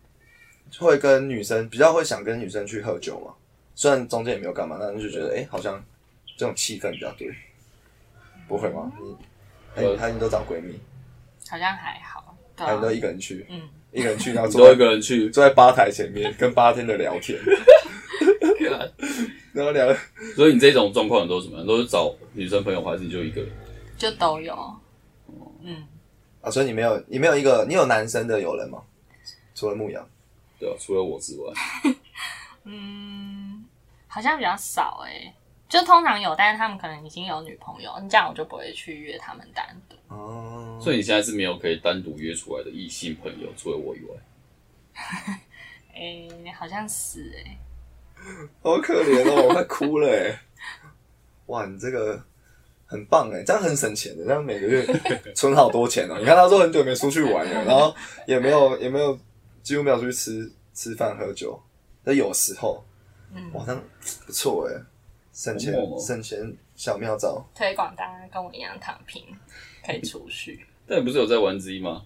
S2: 会跟女生比较会想跟女生去喝酒嘛，虽然中间也没有干嘛，但是就觉得
S1: 啊
S2: 哎、诶好像这种气氛比较对，不会吗？你还
S1: 我
S2: 还你都找闺蜜，
S3: 好像还好，对、
S2: 还
S3: 啊
S2: 你，都一个人去，
S3: 嗯，
S2: 一个人去然后
S1: 你
S2: 坐
S1: 都
S2: 在
S1: 一个人去，
S2: 坐在吧台前面跟吧天的聊天。 然后聊，
S1: 所以你这种状况你都是怎么样？都是找女生朋友，还是你就一个人？
S3: 就都有，嗯，
S2: 啊，所以你没有，你没有一个，你有男生的友人吗？除了牧羊，
S1: 对啊，除了我之外，
S3: 嗯，好像比较少哎、就通常有，但是他们可能已经有女朋友，你这样我就不会去约他们单独。
S2: 哦，
S1: 所以你现在是没有可以单独约出来的异性朋友，除了我以外。
S3: 哎、好像是哎、
S2: 好可怜哦，我 快哭了哎！哇，你这个很棒哎，这样很省钱的，这样每个月 存好多钱哦。你看他说很久没出去玩了，然后也没有也没有几乎没有出去吃吃饭喝酒，那有时候，
S3: 嗯
S2: 哇，这样不错哎，省钱
S1: 哦
S2: 省钱小妙招。
S3: 推广大家跟我一样躺平，可以储蓄。
S1: 但你不是有在玩 Z 吗？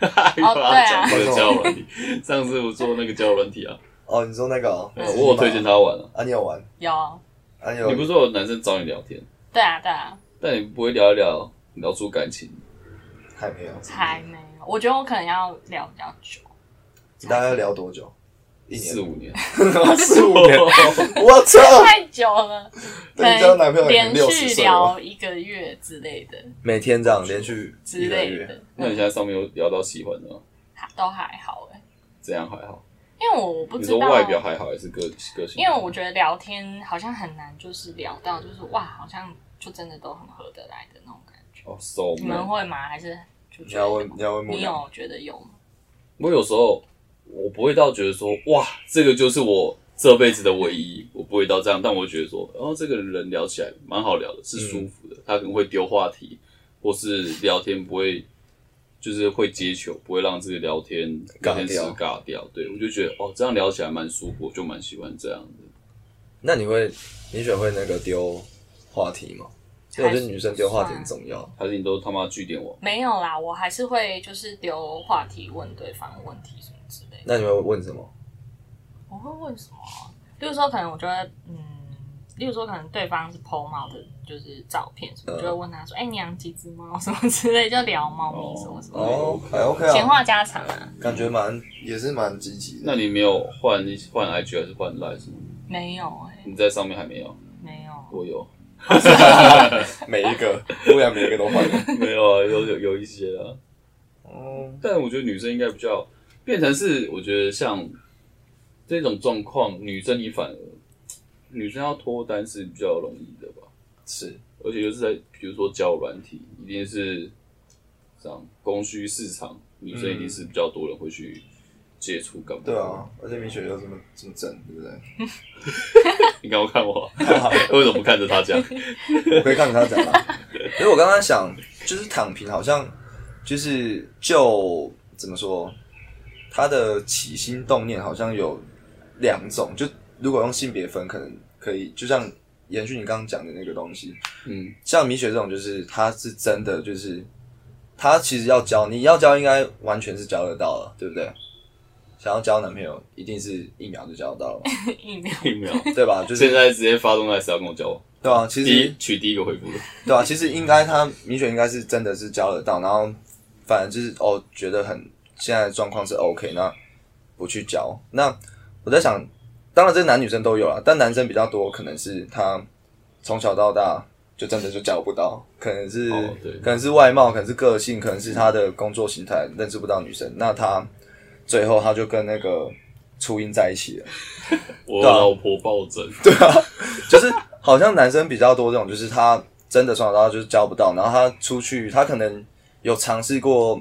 S1: 哈
S3: 对啊
S1: 讲那个交友软体，上次我做那个交友软体 啊，
S2: 哦，你说那个、哦，
S1: 哎我有推荐他玩啊。
S2: 啊，你有玩？
S3: 有，
S2: 啊，你有
S1: 你不是说有男生找你聊天，
S3: 对啊对啊，
S1: 但你不会聊一聊聊出感情，
S2: 还没有？
S3: 还没有。我觉得我可能要聊比较久，
S2: 你大概要聊多久？一年
S1: 四五 年，
S2: 四五年，我操！
S3: 太久了，可
S2: 哦那你交男朋友
S3: 能
S2: 已经
S3: 连
S2: 六十
S3: 续
S2: 岁了，
S3: 聊一个月之类的
S2: 每天这样连续
S3: 之
S2: 一个
S3: 类
S2: 月，
S3: 的，
S1: 那你现在上面有聊到喜欢的吗？
S3: 还都还好哎、
S1: 这样还好？
S3: 因为我不
S1: 你
S3: 知
S1: 说
S3: 道啊
S1: 外表还好还是个个性？
S3: 因为我觉得聊天好像很难，就是聊到就是哇，好像就真的都很合得来的那种感觉。
S1: 哦，so
S3: 你
S1: man
S3: 们会吗？还是就
S2: 嗯你
S3: 觉得
S2: 要问你要问啊木
S3: 你
S2: 鸟，
S3: 有觉得有吗？
S1: 我有时候我不会到觉得说哇，这个就是我这辈子的唯一，我不会到这样，但我会觉得说，然、后这个人聊起来蛮好聊的，是舒服的，他可能会丢话题，或是聊天不会。就是会接球，不会让这个聊天聊天室
S2: 尬
S1: 尬掉。对我就觉得哦，这样聊起来蛮舒服，我就蛮喜欢这样的。
S2: 那你会你选会那个丢话题吗？因为我觉得女生丢话题很重要。
S1: 还是你都他妈据点我？
S3: 没有啦，我还是会就是丢话题问对方问题什么之类的。
S2: 那你会问什么？
S3: 我会问什么啊？例如说，可能我觉得，嗯，例如说，可能对方是 PO 猫的，就是照片什么，
S2: 嗯
S3: 就会问他说：“哎、你养几只猫？什么之类，就聊猫咪什么什么的，
S2: 哦，还 OK
S3: 闲
S2: 啊，
S3: 话家常啊。
S2: 感觉蛮也是蛮积极的。
S1: 那你没有换一换 IG 还是换 Line 什么？”
S3: 没有哎、
S1: 你在上面还没有？
S3: 没有，
S1: 我有，
S2: 每一个，木鸟每一个都换 了。
S1: 没有啊？有有有一些啊。
S2: 哦，
S1: 但我觉得女生应该比较变成是，我觉得像这种状况，女生你反而女生要脱单是比较容易的吧？
S2: 是
S1: 而且就是在比如说交友软体，一定是这样供需市场，女生一定是比较多人会去接触干嘛？
S2: 对啊，，而且米雪又这么这么正，对不对？
S1: 你刚刚看我，啊为什么不看着他讲？
S2: 我可以看着他讲啊。因为我刚刚想，就是躺平好像就是就怎么说，他的起心动念好像有两种，就如果用性别分，可能可以就像延续你刚刚讲的那个东西，
S1: 嗯，
S2: 像米雪这种，就是他是真的，就是他其实要交，你要交应该完全是交得到了，对不对？想要交男朋友，一定是一秒就交得到了嘛，
S3: 疫苗
S1: 并 没有。
S2: 对吧？就 是
S1: 现在直接发动态是要跟我交往，
S2: 对啊，其
S1: 第
S2: 实
S1: 一取第一个回复的，
S2: 对啊，其实应该他米雪应该是真的是交得到，然后反正就是哦，觉得很现在的状况是 OK，那不去交。那我在想，当然这男女生都有啦，但男生比较多，可能是他从小到大就真的就交不到，可能是、
S1: 哦对
S2: 可能是外貌，可能是个性，可能是他的工作形态认识不到女生，那他最后他就跟那个初音在一起了。啊
S1: 我老婆抱枕，
S2: 就是好像男生比较多这种，就是他真的从小到大就是交不到，然后他出去，他可能有尝试过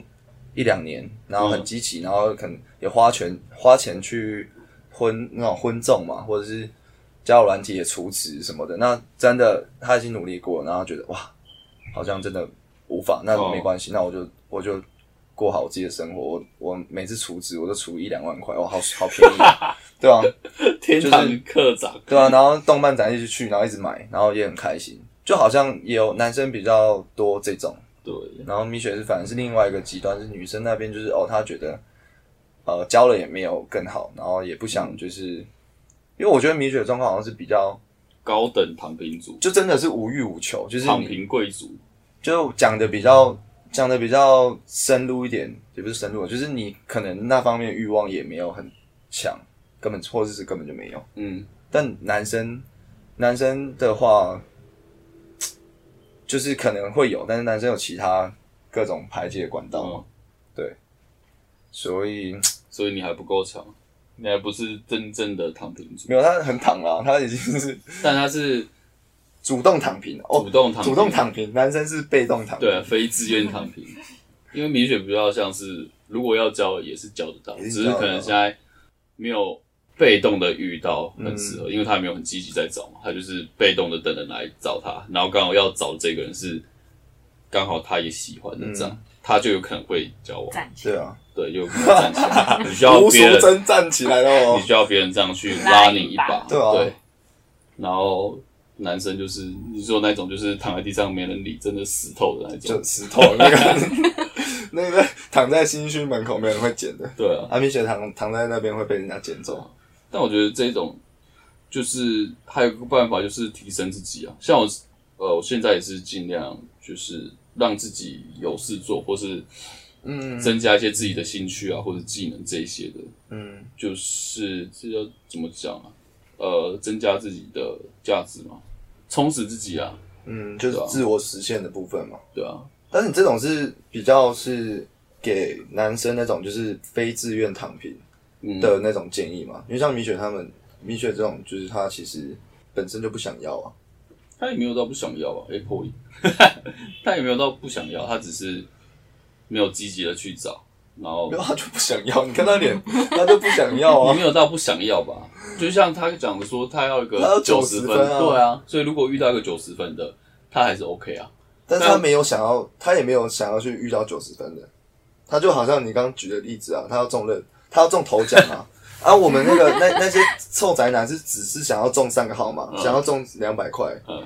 S2: 一两年，然后很积极，然后可能也花钱花钱去婚那种婚众嘛，或者是交友软体也除职什么的。那真的他已经努力过，然后觉得哇，好像真的无法，那
S1: 哦
S2: 没关系，那我就我就。过好我自己的生活，我我每次除职我都除一两万块，哇，好好便宜，对啊，
S1: 天堂课长。
S2: 对啊，然后动漫展一直去，然后一直买，然后也很开心。就好像也有男生比较多这种，
S1: 对，
S2: 然后米雪是反正是另外一个极端，是女生那边就是哦，她觉得呃交了也没有更好，然后也不想就是，因为我觉得米雪的状况好像是比较
S1: 高等躺平族，
S2: 就真的是无欲无求，就是
S1: 躺
S2: 你
S1: 平贵族，
S2: 就讲的比较讲的比较深入一点，也不是深入，啊就是你可能那方面的欲望也没有很强，根本或者是根本就没有。
S1: 嗯，
S2: 但男生男生的话，就是可能会有，但是男生有其他各种排解管道，
S1: 哦，
S2: 所以
S1: 所以你还不够强，你还不是真正的躺平族，
S2: 没有他很躺啦，他已经是
S1: 但他是
S2: 主动躺平了哦
S1: 主，动躺平，
S2: 主动躺平，男生是被动躺平，
S1: 对啊，非自愿躺平，因为米雪比较像是，如果要交也是交得到，
S2: 也
S1: 只是
S2: 是交得到
S1: 可能现在没有被动的遇到很适
S2: 嗯
S1: 合，因为他也没有很积极在找嘛，他就是被动的等人来找他，然后刚好要找这个人是刚好他也喜欢的这样，
S2: 嗯
S1: 他就有可能会交往，
S3: 暂
S2: 对
S3: 时
S2: 啊，
S1: 对，有可能站起来， 你需要
S2: 吴淑
S1: 别人
S2: 珍站起来了
S1: 你
S2: 哦，啊
S1: 需要别人这样去拉你一把，
S2: 对啊
S1: 然后男生就是你说那种就是躺在地上没人理，真的死透的那种
S2: 就。石头那个 那个躺在新区门口没人会捡的，
S1: 对啊，
S2: 阿米雪躺躺在那边会被人家捡走。
S1: 但我觉得这种就是还有一个办法，就是提升自己啊。像我呃，我现在也是尽量就是让自己有事做，或是
S2: 嗯
S1: 增加一些自己的兴趣啊，或者技能这一些的，
S2: 嗯，
S1: 就是这要怎么讲啊？呃，增加自己的价值嘛，充实自己啊，
S2: 嗯，就是自我实现的部分嘛。
S1: 对啊，
S2: 但是你这种是比较是给男生那种就是非自愿躺平
S1: 嗯，
S2: 的那种建议嘛？因为像米雪他们，米雪这种就是她其实本身就不想要啊。
S1: 他也没有到不想要吧，Apple，他也没有到不想要，他只是没有积极的去找，然后
S2: 没有，她就不想要。你看她 脸，她就不想要
S1: 也
S2: 啊
S1: 没。有到不想要吧，就像他讲的说，他要一
S2: 他要
S1: 个
S2: 90
S1: 十
S2: 分啊
S1: 对啊，所以如果遇到一个九十分的，他还是 OK 啊，
S2: 但是她没有想要，她也没有想要去遇到九十分的。她就好像你刚刚举的例子啊，她要中乐，她要中头奖 啊。啊，我们那个那那些臭宅男是只是想要中三个号码，想要中两百块，
S1: 嗯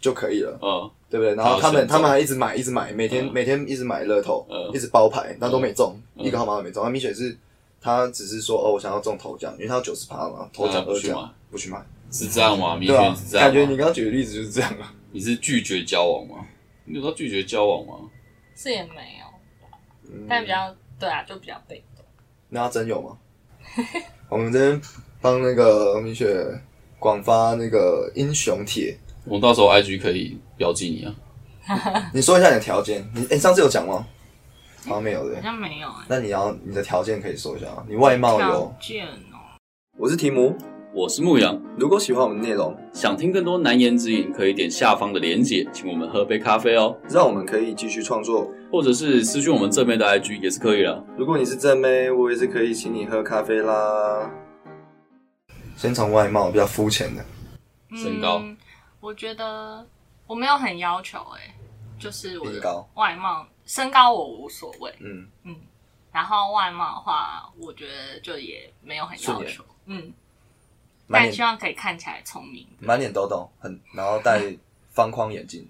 S2: 就可以了。
S1: 嗯，
S2: 对不对？然后
S1: 他
S2: 他
S1: 有
S2: 们
S1: 选中
S2: 他们还一直买，一直买，每天、
S1: 嗯
S2: 每天一直买乐透，
S1: 嗯
S2: 一直包牌，但都没中，
S1: 嗯
S2: 一个号码都没中。啊那米雪是她只是说哦，我想要中头奖，因为她有九十趴嘛，头奖
S1: 嗯
S2: 二
S1: 不去
S2: 奖、
S1: 买
S2: 不去买，
S1: 是这样吗？明
S2: 对啊
S1: 显是，这样
S2: 感
S1: 吗，
S2: 觉你刚刚举的例子就是这样啊。
S1: 你是拒绝交往吗？你有到拒绝交往吗？
S3: 是也没有，
S2: 嗯
S3: 但比较对啊，就比较被动。
S2: 那她真有吗？我们这边帮那个米雪广发那个英雄帖，
S1: 我到时候 IG 可以标记你啊。
S2: 你说一下你的条件，你哎、上次有讲吗？好像没有对
S3: 好。像没有哎、
S2: 那你要你的条件可以说一下啊，你外貌有。
S3: 件哦、
S2: 我是提姆，
S1: 我是牧羊，
S2: 如果喜欢我们的内容，
S1: 想听更多难言之隐，可以点下方的连结，请我们喝杯咖啡哦，
S2: 让我们可以继续创作
S1: 或者是私讯我们正面的 IG 也是可以的。
S2: 如果你是正妹，我也是可以请你喝咖啡啦。先从外貌比较肤浅的，
S1: 身高
S3: 嗯，我觉得我没有很要求哎、就是我
S2: 身
S3: 的
S2: 高
S3: 外貌、身高我无所谓，
S2: 嗯，
S3: 然后外貌的话，我觉得就也没有很要
S2: 顺眼
S3: 求，嗯，
S2: 满
S3: 但希
S2: 脸
S3: 望可以看起来聪明。
S2: 满脸痘痘，很然后戴方框眼镜，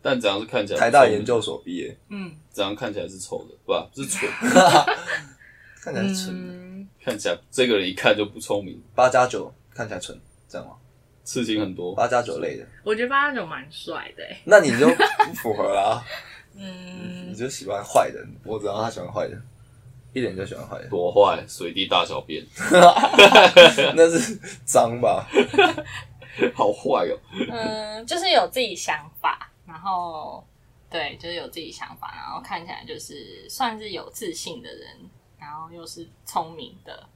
S1: 但怎样是看起来
S2: 台大
S1: 不错
S2: 研，究所毕业，
S3: 嗯
S1: 怎样看起来是丑的，不啊是蠢，
S2: 看起来是蠢的，
S3: 嗯，
S1: 看起来这个人一看就不聪明，
S2: 八加九看起来蠢，这样吗？
S1: 事情很多。
S2: 八加九类的，
S3: 我觉得八九蛮帅的、欸，
S2: 那你就不符合啦，你
S3: 嗯，
S2: 就喜欢坏人，我只要他喜欢坏人，一脸就喜欢坏人，
S1: 多坏，随地大小便，
S2: 那是脏吧？
S1: 好坏哦。
S3: 嗯，就是有自己想法，然后对，就是有自己想法，然后看起来就是算是有自信的人，然后又是聪明的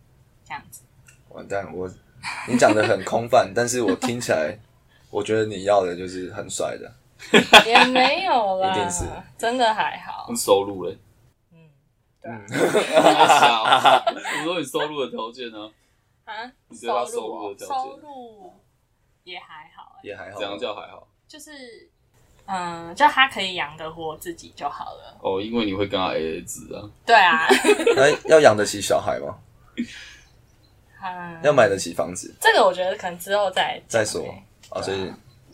S3: 这样子。
S2: 完蛋，我你讲的很空泛，但是我听起来，我觉得你要的就是很帅的。
S3: 也没有啦，
S2: 一定是
S3: 真的还好
S1: 那。收入 嘞？
S3: 嗯，对啊
S1: 傻哦我说你收入的条件呢？
S3: 啊，
S1: 你觉得
S3: 收
S1: 他
S3: 入
S1: 收入
S3: 哦
S1: 的条件
S3: 收入也还好、欸，
S2: 也还好
S1: 怎，样叫还好？
S3: 就是嗯，就他可以养得活自己就好了。
S1: 哦，因为你会跟他 AA 制啊。
S3: 对 啊，
S2: 那要养得起小孩吗？
S3: 嗯，
S2: 要买得起房子
S3: 这个我觉得可能之后再讲
S2: 再说
S3: 欸
S2: 啊，所以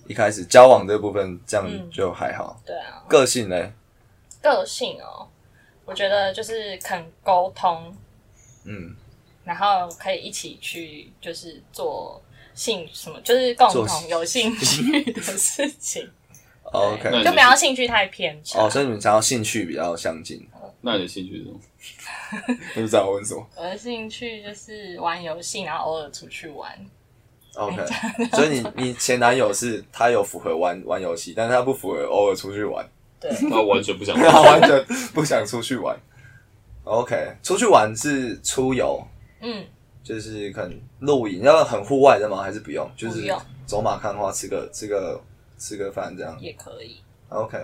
S2: 一开始交往这部分这样
S3: 嗯
S2: 就还好。
S3: 对啊，
S2: 个性呢？
S3: 个性哦，我觉得就是肯沟通，
S2: 嗯，
S3: 然后可以一起去就是做兴什么，就是共
S2: 做
S3: 同有兴趣的事情，
S2: 哦 OK，
S1: 那你
S3: 就不要兴趣太偏差。
S2: 哦，所以你们想要兴趣比较相近，
S1: 那你的兴趣 是什么？
S2: 不知道我问 什么。
S3: 我的兴趣就是玩游戏，然后偶尔出去玩。
S2: OK，所以你你前男友是他有符合玩玩游戏，但是他不符合偶尔出去玩，
S3: 对，
S1: 那我完全 不想玩。
S2: 他完全不想出去玩。OK，出去玩是出游，
S3: 嗯，
S2: 就是可能露营，要很户外的吗？还是不用？就
S3: 不
S2: 是
S3: 用
S2: 走马看花，吃个吃个吃个饭这样。
S3: 也可以。
S2: OK，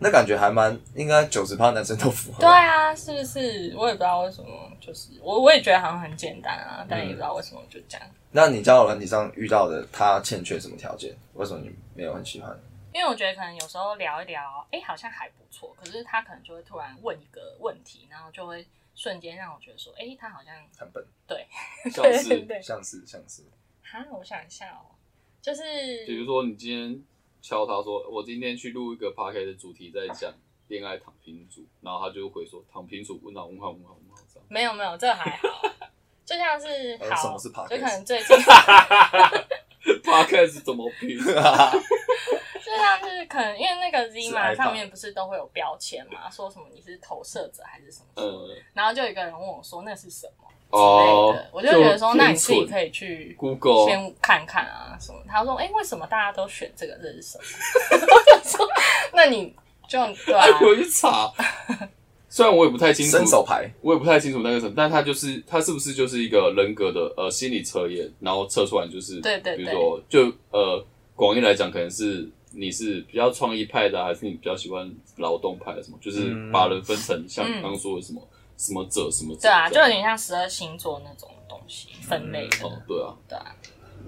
S2: 那感觉还蛮应该九十趴男生都符合。
S3: 对啊，是不是？我也不知道为什么，就是我我也觉得好像很简单啊，但也不知道为什么就这样。
S2: 那你交友软体上遇到的他欠缺什么条件？为什么你没有很喜欢？
S3: 因为我觉得可能有时候聊一聊，哎、好像还不错，可是他可能就会突然问一个问题，然后就会瞬间让我觉得说，哎、他 好像
S2: 很笨，
S1: 像是
S3: 对
S2: 像是像是，
S3: 哈，我想一下哦，就是
S1: 比如说你今天敲他说，我今天去录一个 p a r k 的主题，在讲恋爱躺平族，然后他就会说躺平族问号问号问号问号这样。
S3: 没有没有，这还好，就 像是
S2: 呃什
S3: 好，
S2: 么是 podcast？
S3: 就可能最近
S1: p a r k 是怎么拼？
S3: 就像是可能因为那个 Z
S2: 是
S3: 嘛
S2: iPad
S3: 上面不是都会有标签嘛，说什么你是投射者还是什么
S2: 嗯
S3: 什么，
S1: 呃，
S3: 然后就有一个人问我说那是什么之
S1: 哦
S3: 类的，，我就觉得说那你自己
S1: 以
S3: 可以去
S1: Google
S3: 先看看啊什么。他说哎、为什么大家都选这个？这 是什么？我就说那你就对啊
S1: 哎，，我去查。虽然我也不太清楚
S2: 伸，手牌，
S1: 我也不太清楚那个什么，但它就是它是不是就是一个人格的呃心理测验，然后测出来就是
S3: 对对对
S1: 比如说就呃广义来讲，可能是你是比较创意派的啊、还是你比较喜欢劳动派的什么，就是
S2: 嗯
S1: 把人分成像
S3: 嗯
S1: 你刚刚说的什么、什么者什么者
S3: 对啊，
S1: 这
S3: 就
S1: 样
S3: 有点像十二星座那种东西分类的。
S1: 哦对啊
S3: 对啊，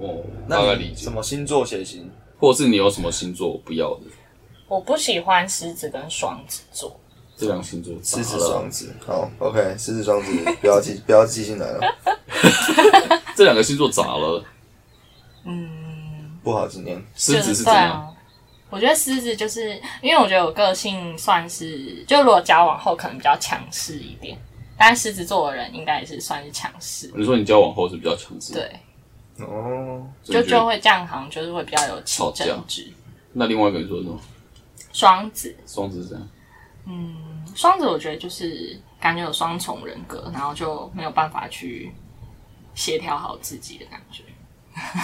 S1: 哦大
S2: 那
S1: 概理
S2: 你
S1: 解
S2: 什，么星座血型？
S1: 或是你有什么星座我不要的
S3: 我不喜欢狮子跟双子座，
S1: 这两星座，
S2: 狮子、
S1: 好了
S2: 双子，好，OK，狮子、双子， 不要记，不要记进来了，
S1: 这两个星座咋了？
S3: 嗯，
S2: 不好纪念。
S1: 狮子
S3: 就是对
S1: 怎样？
S3: 啊。我觉得狮子就是因为我觉得我个性算是，就如果交往后可能比较强势一点，但狮子座的人应该也是算是强势，
S1: 你说你交往后是比较强势，，
S3: 对，
S2: 哦，
S1: 所以
S3: 就
S1: 你觉
S3: 就
S1: 得
S3: 会这样，好像就是会比较有起争执。
S1: 那另外一个人说什么？
S3: 双子，
S1: 双子是怎样？
S3: 双子我觉得就是感觉有双重人格，然后就没有办法去协调好自己的感觉。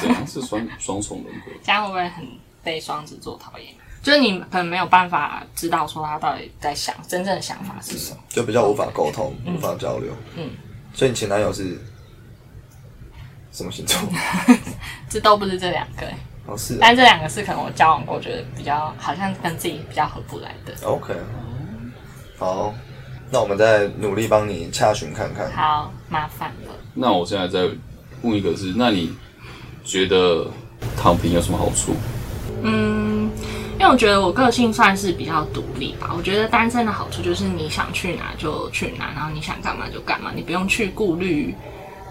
S1: 怎样是双双重人格？
S3: 这样会不会很被双子座讨厌？就是你可能没有办法知道说他到底在想真正的想法是什么。
S2: 就比较无法沟通，无法交流。
S3: 嗯，
S2: 所以你前男友是什么星座？
S1: 嗯
S3: 这都不是这两个欸、
S2: 哦，是啊
S3: 但这两个是可能我交往过觉得比较好像跟自己比较合不来的。
S2: OK，好，那我们再努力帮你洽询看看。
S3: 好，麻烦了。
S1: 那我现在再问一个是，那你觉得躺平有什么好 处？
S3: 嗯，因为我觉得我个性算是比较独立吧。我觉得单身的好处就是你想去哪就去哪，然后你想干嘛就干嘛，你不用去顾虑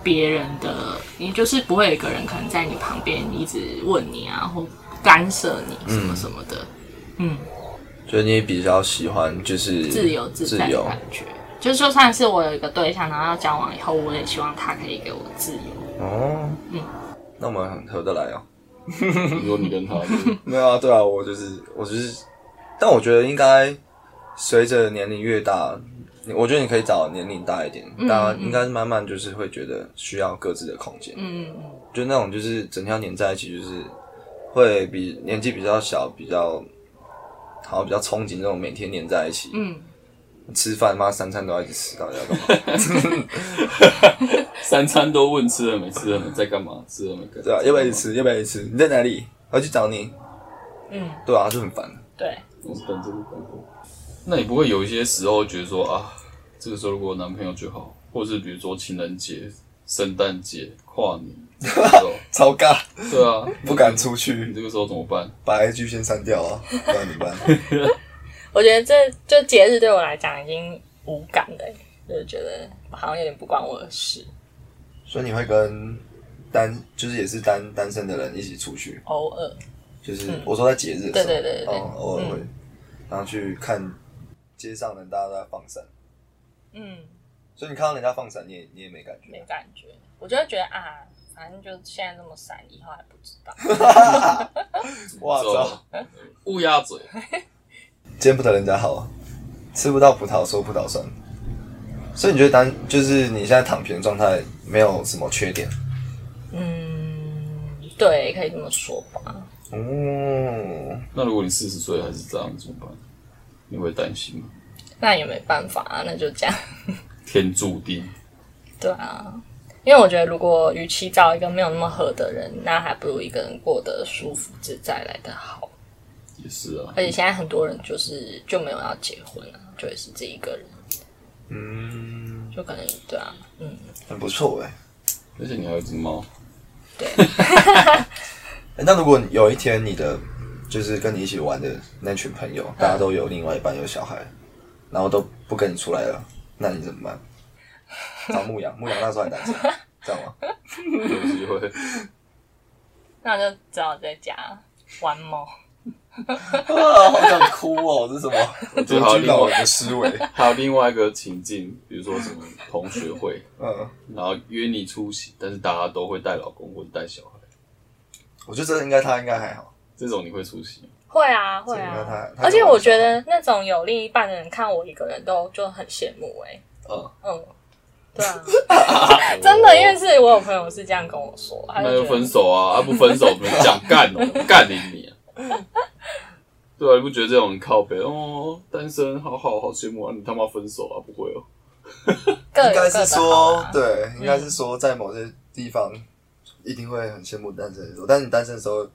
S3: 别人的，你就是不会有一个人可能在你旁边一直问你啊，或干涉你什么什么的，嗯
S2: 所以你比较喜欢就是
S3: 自由自在的感觉。就是就算是我有一个对象，然后要交往以后，我也希望他可以给我自由。
S2: 哦，
S3: 嗯
S2: 那我们很合得来哦。
S1: 你说你跟他就是
S2: 没有啊，对啊，我就是我就是，但我觉得应该随着年龄越大，你我觉得你可以找年龄大一点，
S3: 嗯
S2: 大家应该慢慢就是会觉得需要各自的空间。
S3: 嗯嗯
S2: 就那种就是整天要黏在一起，就是会比年纪比较小，比较好像比较憧憬那种每天黏在一起，
S3: 嗯，
S2: 吃饭妈三餐都要一起吃，到底要干嘛？
S1: 三餐都问吃了没，吃了没，在干嘛，吃了没，
S2: 对啊，要不要一起吃？要不要一起吃？你在哪里？我要去找你。
S3: 嗯，
S2: 对啊，就很烦。
S3: 对，
S1: 我是等这个等过。那你不会有一些时候觉得说啊，这个时候如果有男朋友就好，或是比如说情人节、圣诞节、跨年，这个时候
S2: 超尬，
S1: 对啊，
S2: 不敢出
S1: 你
S2: 去，
S1: 这个时候怎么办？
S2: 把 IG 先删掉啊，不然怎么办？
S3: 我觉得这就节日对我来讲已经无感了欸，就是觉得好像有点不关我的事。
S2: 所以你会跟单，就是也是单单身的人一起出去，
S3: 偶尔，
S2: 就是我说在节日的时候，
S3: 嗯对对对对对嗯
S2: 哦，偶尔会，然后去看街上人大家都在放闪，
S3: 嗯，
S2: 所以你看到人家放闪，你也你也没感觉
S3: 没。感觉。我就会觉得啊，反正就现在这么闪，以后还不知道。
S2: 哇操，
S1: 走，乌鸦嘴，
S2: 见不得人家好啊，吃不到葡萄说葡萄酸。所以你觉得单就是你现在躺平的状态没有什么缺点？
S3: 嗯，对，可以这么说吧。
S2: 哦，
S1: 那如果你四十岁还是这样怎么办？你会担心吗？
S3: 那也没办法啊，那就这样。
S1: 天注定。
S3: 对啊，因为我觉得如果与其找一个没有那么合的人，那还不如一个人过得舒服自在来得好。
S1: 也是啊，
S3: 而且现在很多人就是就没有要结婚啊，就也是自己一个人，
S2: 嗯，
S3: 就可能对啊，嗯，
S2: 很不错哎、
S1: 而且你还有一只猫，
S2: 欸那如果有一天你的就是跟你一起玩的那群朋友，大家都有另外一半有小孩，然后都不跟你出来了，那你怎么办？找牧羊，牧羊那时候还单身，这样吗？
S1: 有机会。
S3: 那我就只好在家玩猫。
S2: 啊，好想哭哦！这是什么？
S1: 我觉
S2: 就
S1: 得还有
S2: 击
S1: 另
S2: 到我
S1: 外
S2: 的思维。
S1: 还有另外一个情境，比如说什么同学会，
S2: 嗯，
S1: 然后约你出席，但是大家都会带老公或者带小孩，
S2: 我觉得这应该他应该还好。
S1: 这种你会出席吗？
S3: 会啊，会
S2: 这应该他
S3: 啊，
S2: 他
S3: 而且
S2: 跟我
S3: 我觉得那种有另一半的人看我一个人都就很羡慕哎、
S2: 嗯，
S3: 嗯，对啊， 真的，因为是我有朋友是这样跟我说，他
S1: 那
S3: 就
S1: 就
S3: 觉
S1: 分
S3: 得
S1: 手啊！啊，不分手，不讲干哦，干你你、啊。对啊，你不觉得这种很靠北哦？单身好好好羡慕啊！你他妈分手啊？不会哦，
S3: 各有
S2: 应
S3: 各
S2: 该
S3: 的
S2: 是
S3: 好啊
S2: 说
S3: 啦，
S2: 对，应该是说在某些地方一定会很羡慕单身的时候，但是你单身的时候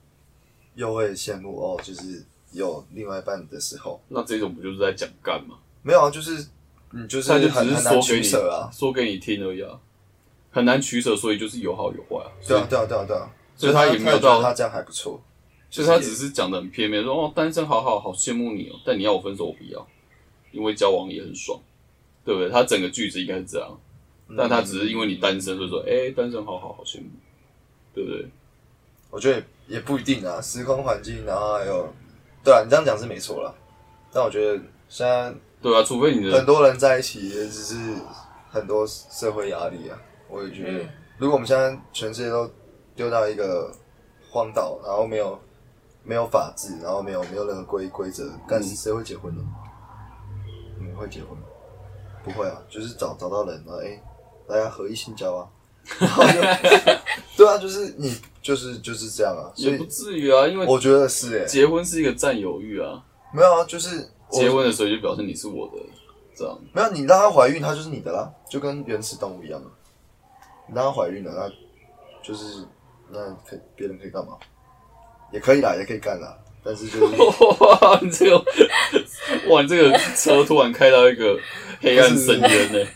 S2: 又会羡慕哦，就是有另外一半的时候，
S1: 那这种不就是在讲干吗？
S2: 没有啊，就是你就是
S1: 他就
S2: 很
S1: 只
S2: 很
S1: 是
S2: 难
S1: 说
S2: 取
S1: 给你
S2: 舍啊，，
S1: 说给你听而已啊，很难取舍，所以就是有好有坏啊。
S2: 对啊，对啊，对啊，对啊，
S1: 所以他也没有
S2: 觉得
S1: 到
S2: 他这样还不错，
S1: 所以他只是讲的很片面，说哦单身好好好羡慕你哦，但你要我分手我不要，因为交往也很爽，对不对？他整个句子应该是这样，
S2: 嗯
S1: 但他只是因为你单身，所以说哎、单身好好好羡慕，对不对？
S2: 我觉得也不一定啊，时空环境，然后还有，对啊，你这样讲是没错啦，但我觉得现在
S1: 对啊，除非你
S2: 很
S1: 的
S2: 多人在一起，也只是很多社会压力啊。我也觉得，
S3: 嗯
S2: 如果我们现在全世界都丢到一个荒岛，然后没有没有法治，然后没有没有任何规规则，
S1: 嗯
S2: 但是谁会结婚呢？你们会结婚吗？不会啊，就是找找到人了，哎、大家合意性交 啊。然后就对啊，就是你就是就是这样啊，所
S1: 也不
S2: 以
S1: 至于啊，因为
S2: 我觉得是哎、
S1: 结婚是一个占有欲啊，
S2: 没有啊，就是我
S1: 结婚的时候就表示你是我的，这样
S2: 没有，你让它怀孕，它就是你的啦，就跟原始动物一样啊。你让它怀孕了，那就是那可以别人可以干嘛？也可以啦，也可以干啦，但是就是
S1: 哇，你这个，哇，你这个车突然开到一个黑暗深渊呢、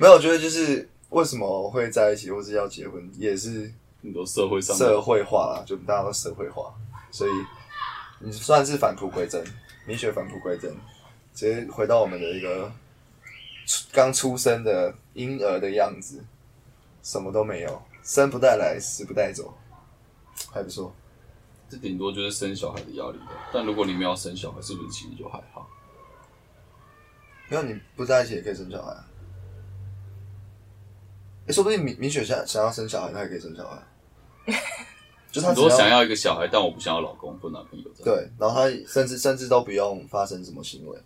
S2: 没有，我觉得就是为什么会在一起，或是要结婚，也是
S1: 你都社会上的
S2: 社会化啦，就大家都社会化，所以你算是返璞归真，米雪返璞归真，直接回到我们的一个出刚出生的婴儿的样子，什么都没有，生不带来，死不带走，还不错。
S1: 这顶多就是生小孩的压力吧但如果你没有生小孩，是不是其实就还好？
S2: 因为你不在一起也可以生小孩、啊，哎、说不定米米雪想想要生小孩，她也可以生小孩，啊 就她
S1: 很
S2: 只
S1: 多
S2: 要
S1: 想要一个小孩，但我不想要老公或男朋友这样。
S2: 对，然后他甚至甚至都不用发生什么行为，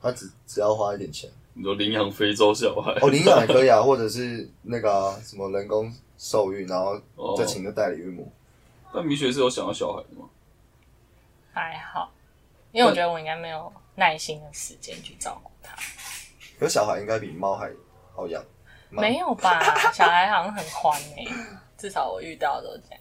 S2: 他只只要花一点钱。
S1: 你说领养非洲小孩，
S2: 哦，领养也可以啊，或者是那个啊、什么人工受孕，然后
S1: 哦
S2: 再请个代理孕母。
S1: 那米雪是有想要小孩的吗？
S3: 还好，因为我觉得我应该没有耐心的时间去照顾它。
S2: 可是小孩应该比猫还好养，猫
S3: 没有吧？小孩好像很欢哎、至少我遇到的都这样。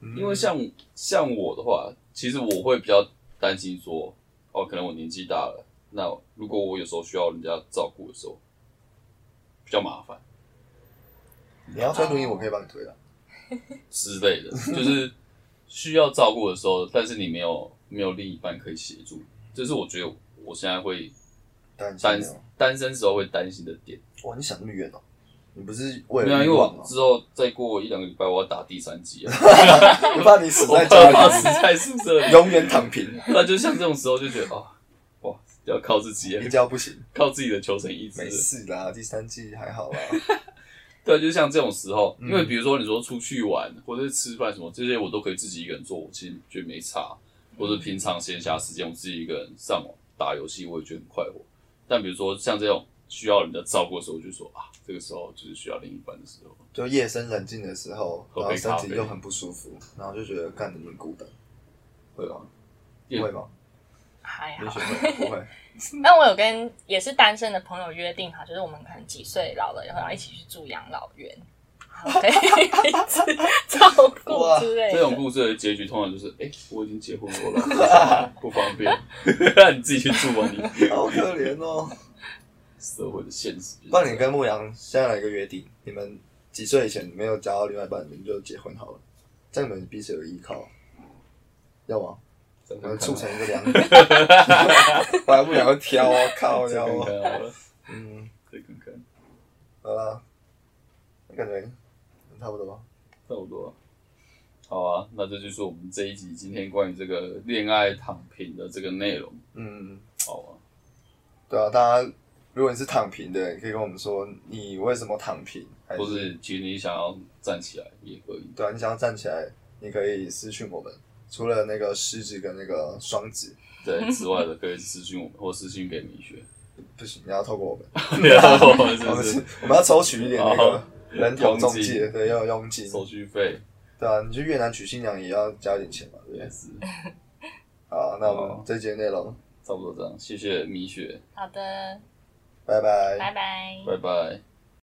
S2: 嗯
S1: 因为像像我的话，其实我会比较担心说，哦，可能我年纪大了，那如果我有时候需要人家照顾的时候，比较麻烦
S2: 你要推轮椅，我可以帮你推啊。
S1: 之类的，就是需要照顾的时候，但是你没有没有另一半可以协助，这是我觉得我现在会
S2: 但
S1: 单
S2: 是
S1: 单身时候会担心的点。
S2: 哇，你想那么远哦？你不是为
S1: 没有，啊
S2: 了
S1: 因
S2: 欲
S1: 为
S2: 望啊
S1: 我
S2: 吗？
S1: 之后再过一两个礼拜，我要打第三季 啊，
S2: 我怕你死
S1: 我
S2: 在
S1: 爸
S2: 家
S1: 妈死
S2: 里，
S1: 在宿舍里。
S2: 永远躺平，
S1: 那就像这种时候就觉得啊、哇，要靠自己，
S2: 一觉不行。
S1: 靠自己的求生意
S2: 没
S1: 志。
S2: 事啦，第三季还好啦。
S1: 对，就像这种时候，
S2: 嗯
S1: 因为比如说你说出去玩或者是吃饭什么这些，我都可以自己一个人做，我其实觉得没差。
S2: 嗯
S1: 或者平常闲暇时间，我自己一个人上网打游戏，我也觉得很快活。但比如说像这种需要人家照顾的时候，我就说啊，这个时候就是需要另一半的时候。
S2: 就夜深人静的时候，
S1: 喝
S2: 然后
S1: 杯
S2: 身
S1: 咖
S2: 体
S1: 啡
S2: 又很不舒服，然后就觉得干的很孤单，会吧？
S1: 也
S2: 会吧？
S3: 还
S2: 也
S3: 好
S2: 许，会，不会？
S3: 但我有跟也是单身的朋友约定好，就是我们可能几岁老了以后，然后一起去住养老院，然后可以一起照顾之类
S1: 这种
S3: 的。
S1: 故事的结局通常就是，哎、我已经结婚过了，不方便， 让你自己去住吧，你
S2: 好可怜哦。
S1: 社会的现实就是这样。
S2: 不然你跟牧羊现在来一个约定，你们几岁以前没有交到另外一半，你们就结婚好了，这样你们彼此有依靠，要吗？
S1: 跟
S2: 我们促成一个良缘。 我还不想要挑哦，靠
S1: 这
S2: 腰
S1: 更
S2: 哦。
S1: 看好了，
S2: 嗯，
S1: 这更看
S2: 好啦，那感觉差不多吧。
S1: 差不多啊。好啊，那这就是我们这一集今天关于这个恋爱躺平的这个内容，
S2: 嗯，
S1: 好啊。
S2: 对啊，大家如果你是躺平的，你可以跟我们说你为什么躺平，还
S1: 或是其实你想要站起来也可以，
S2: 对啊，你想要站起来，你可以私讯我们。除了那个狮子跟那个双子，
S1: 对之外的可以私信我 们或私信给米雪，
S2: 不行，你要透过我们。
S1: 然后我们
S2: 我们
S1: 就是
S2: 是，我们要抽取一点那
S1: 哦
S2: 个 人头中
S1: 佣
S2: 介，
S1: 金
S2: 对，要有佣金。
S1: 手续费
S2: 对啊，你去越南娶新娘也要交点钱嘛，对不对
S1: 也？是
S2: 好，那我
S1: 好
S2: 们这节内容，
S1: 差不多这样，谢谢米雪，
S3: 好的，
S2: 拜拜。
S3: 拜拜。
S1: 拜拜。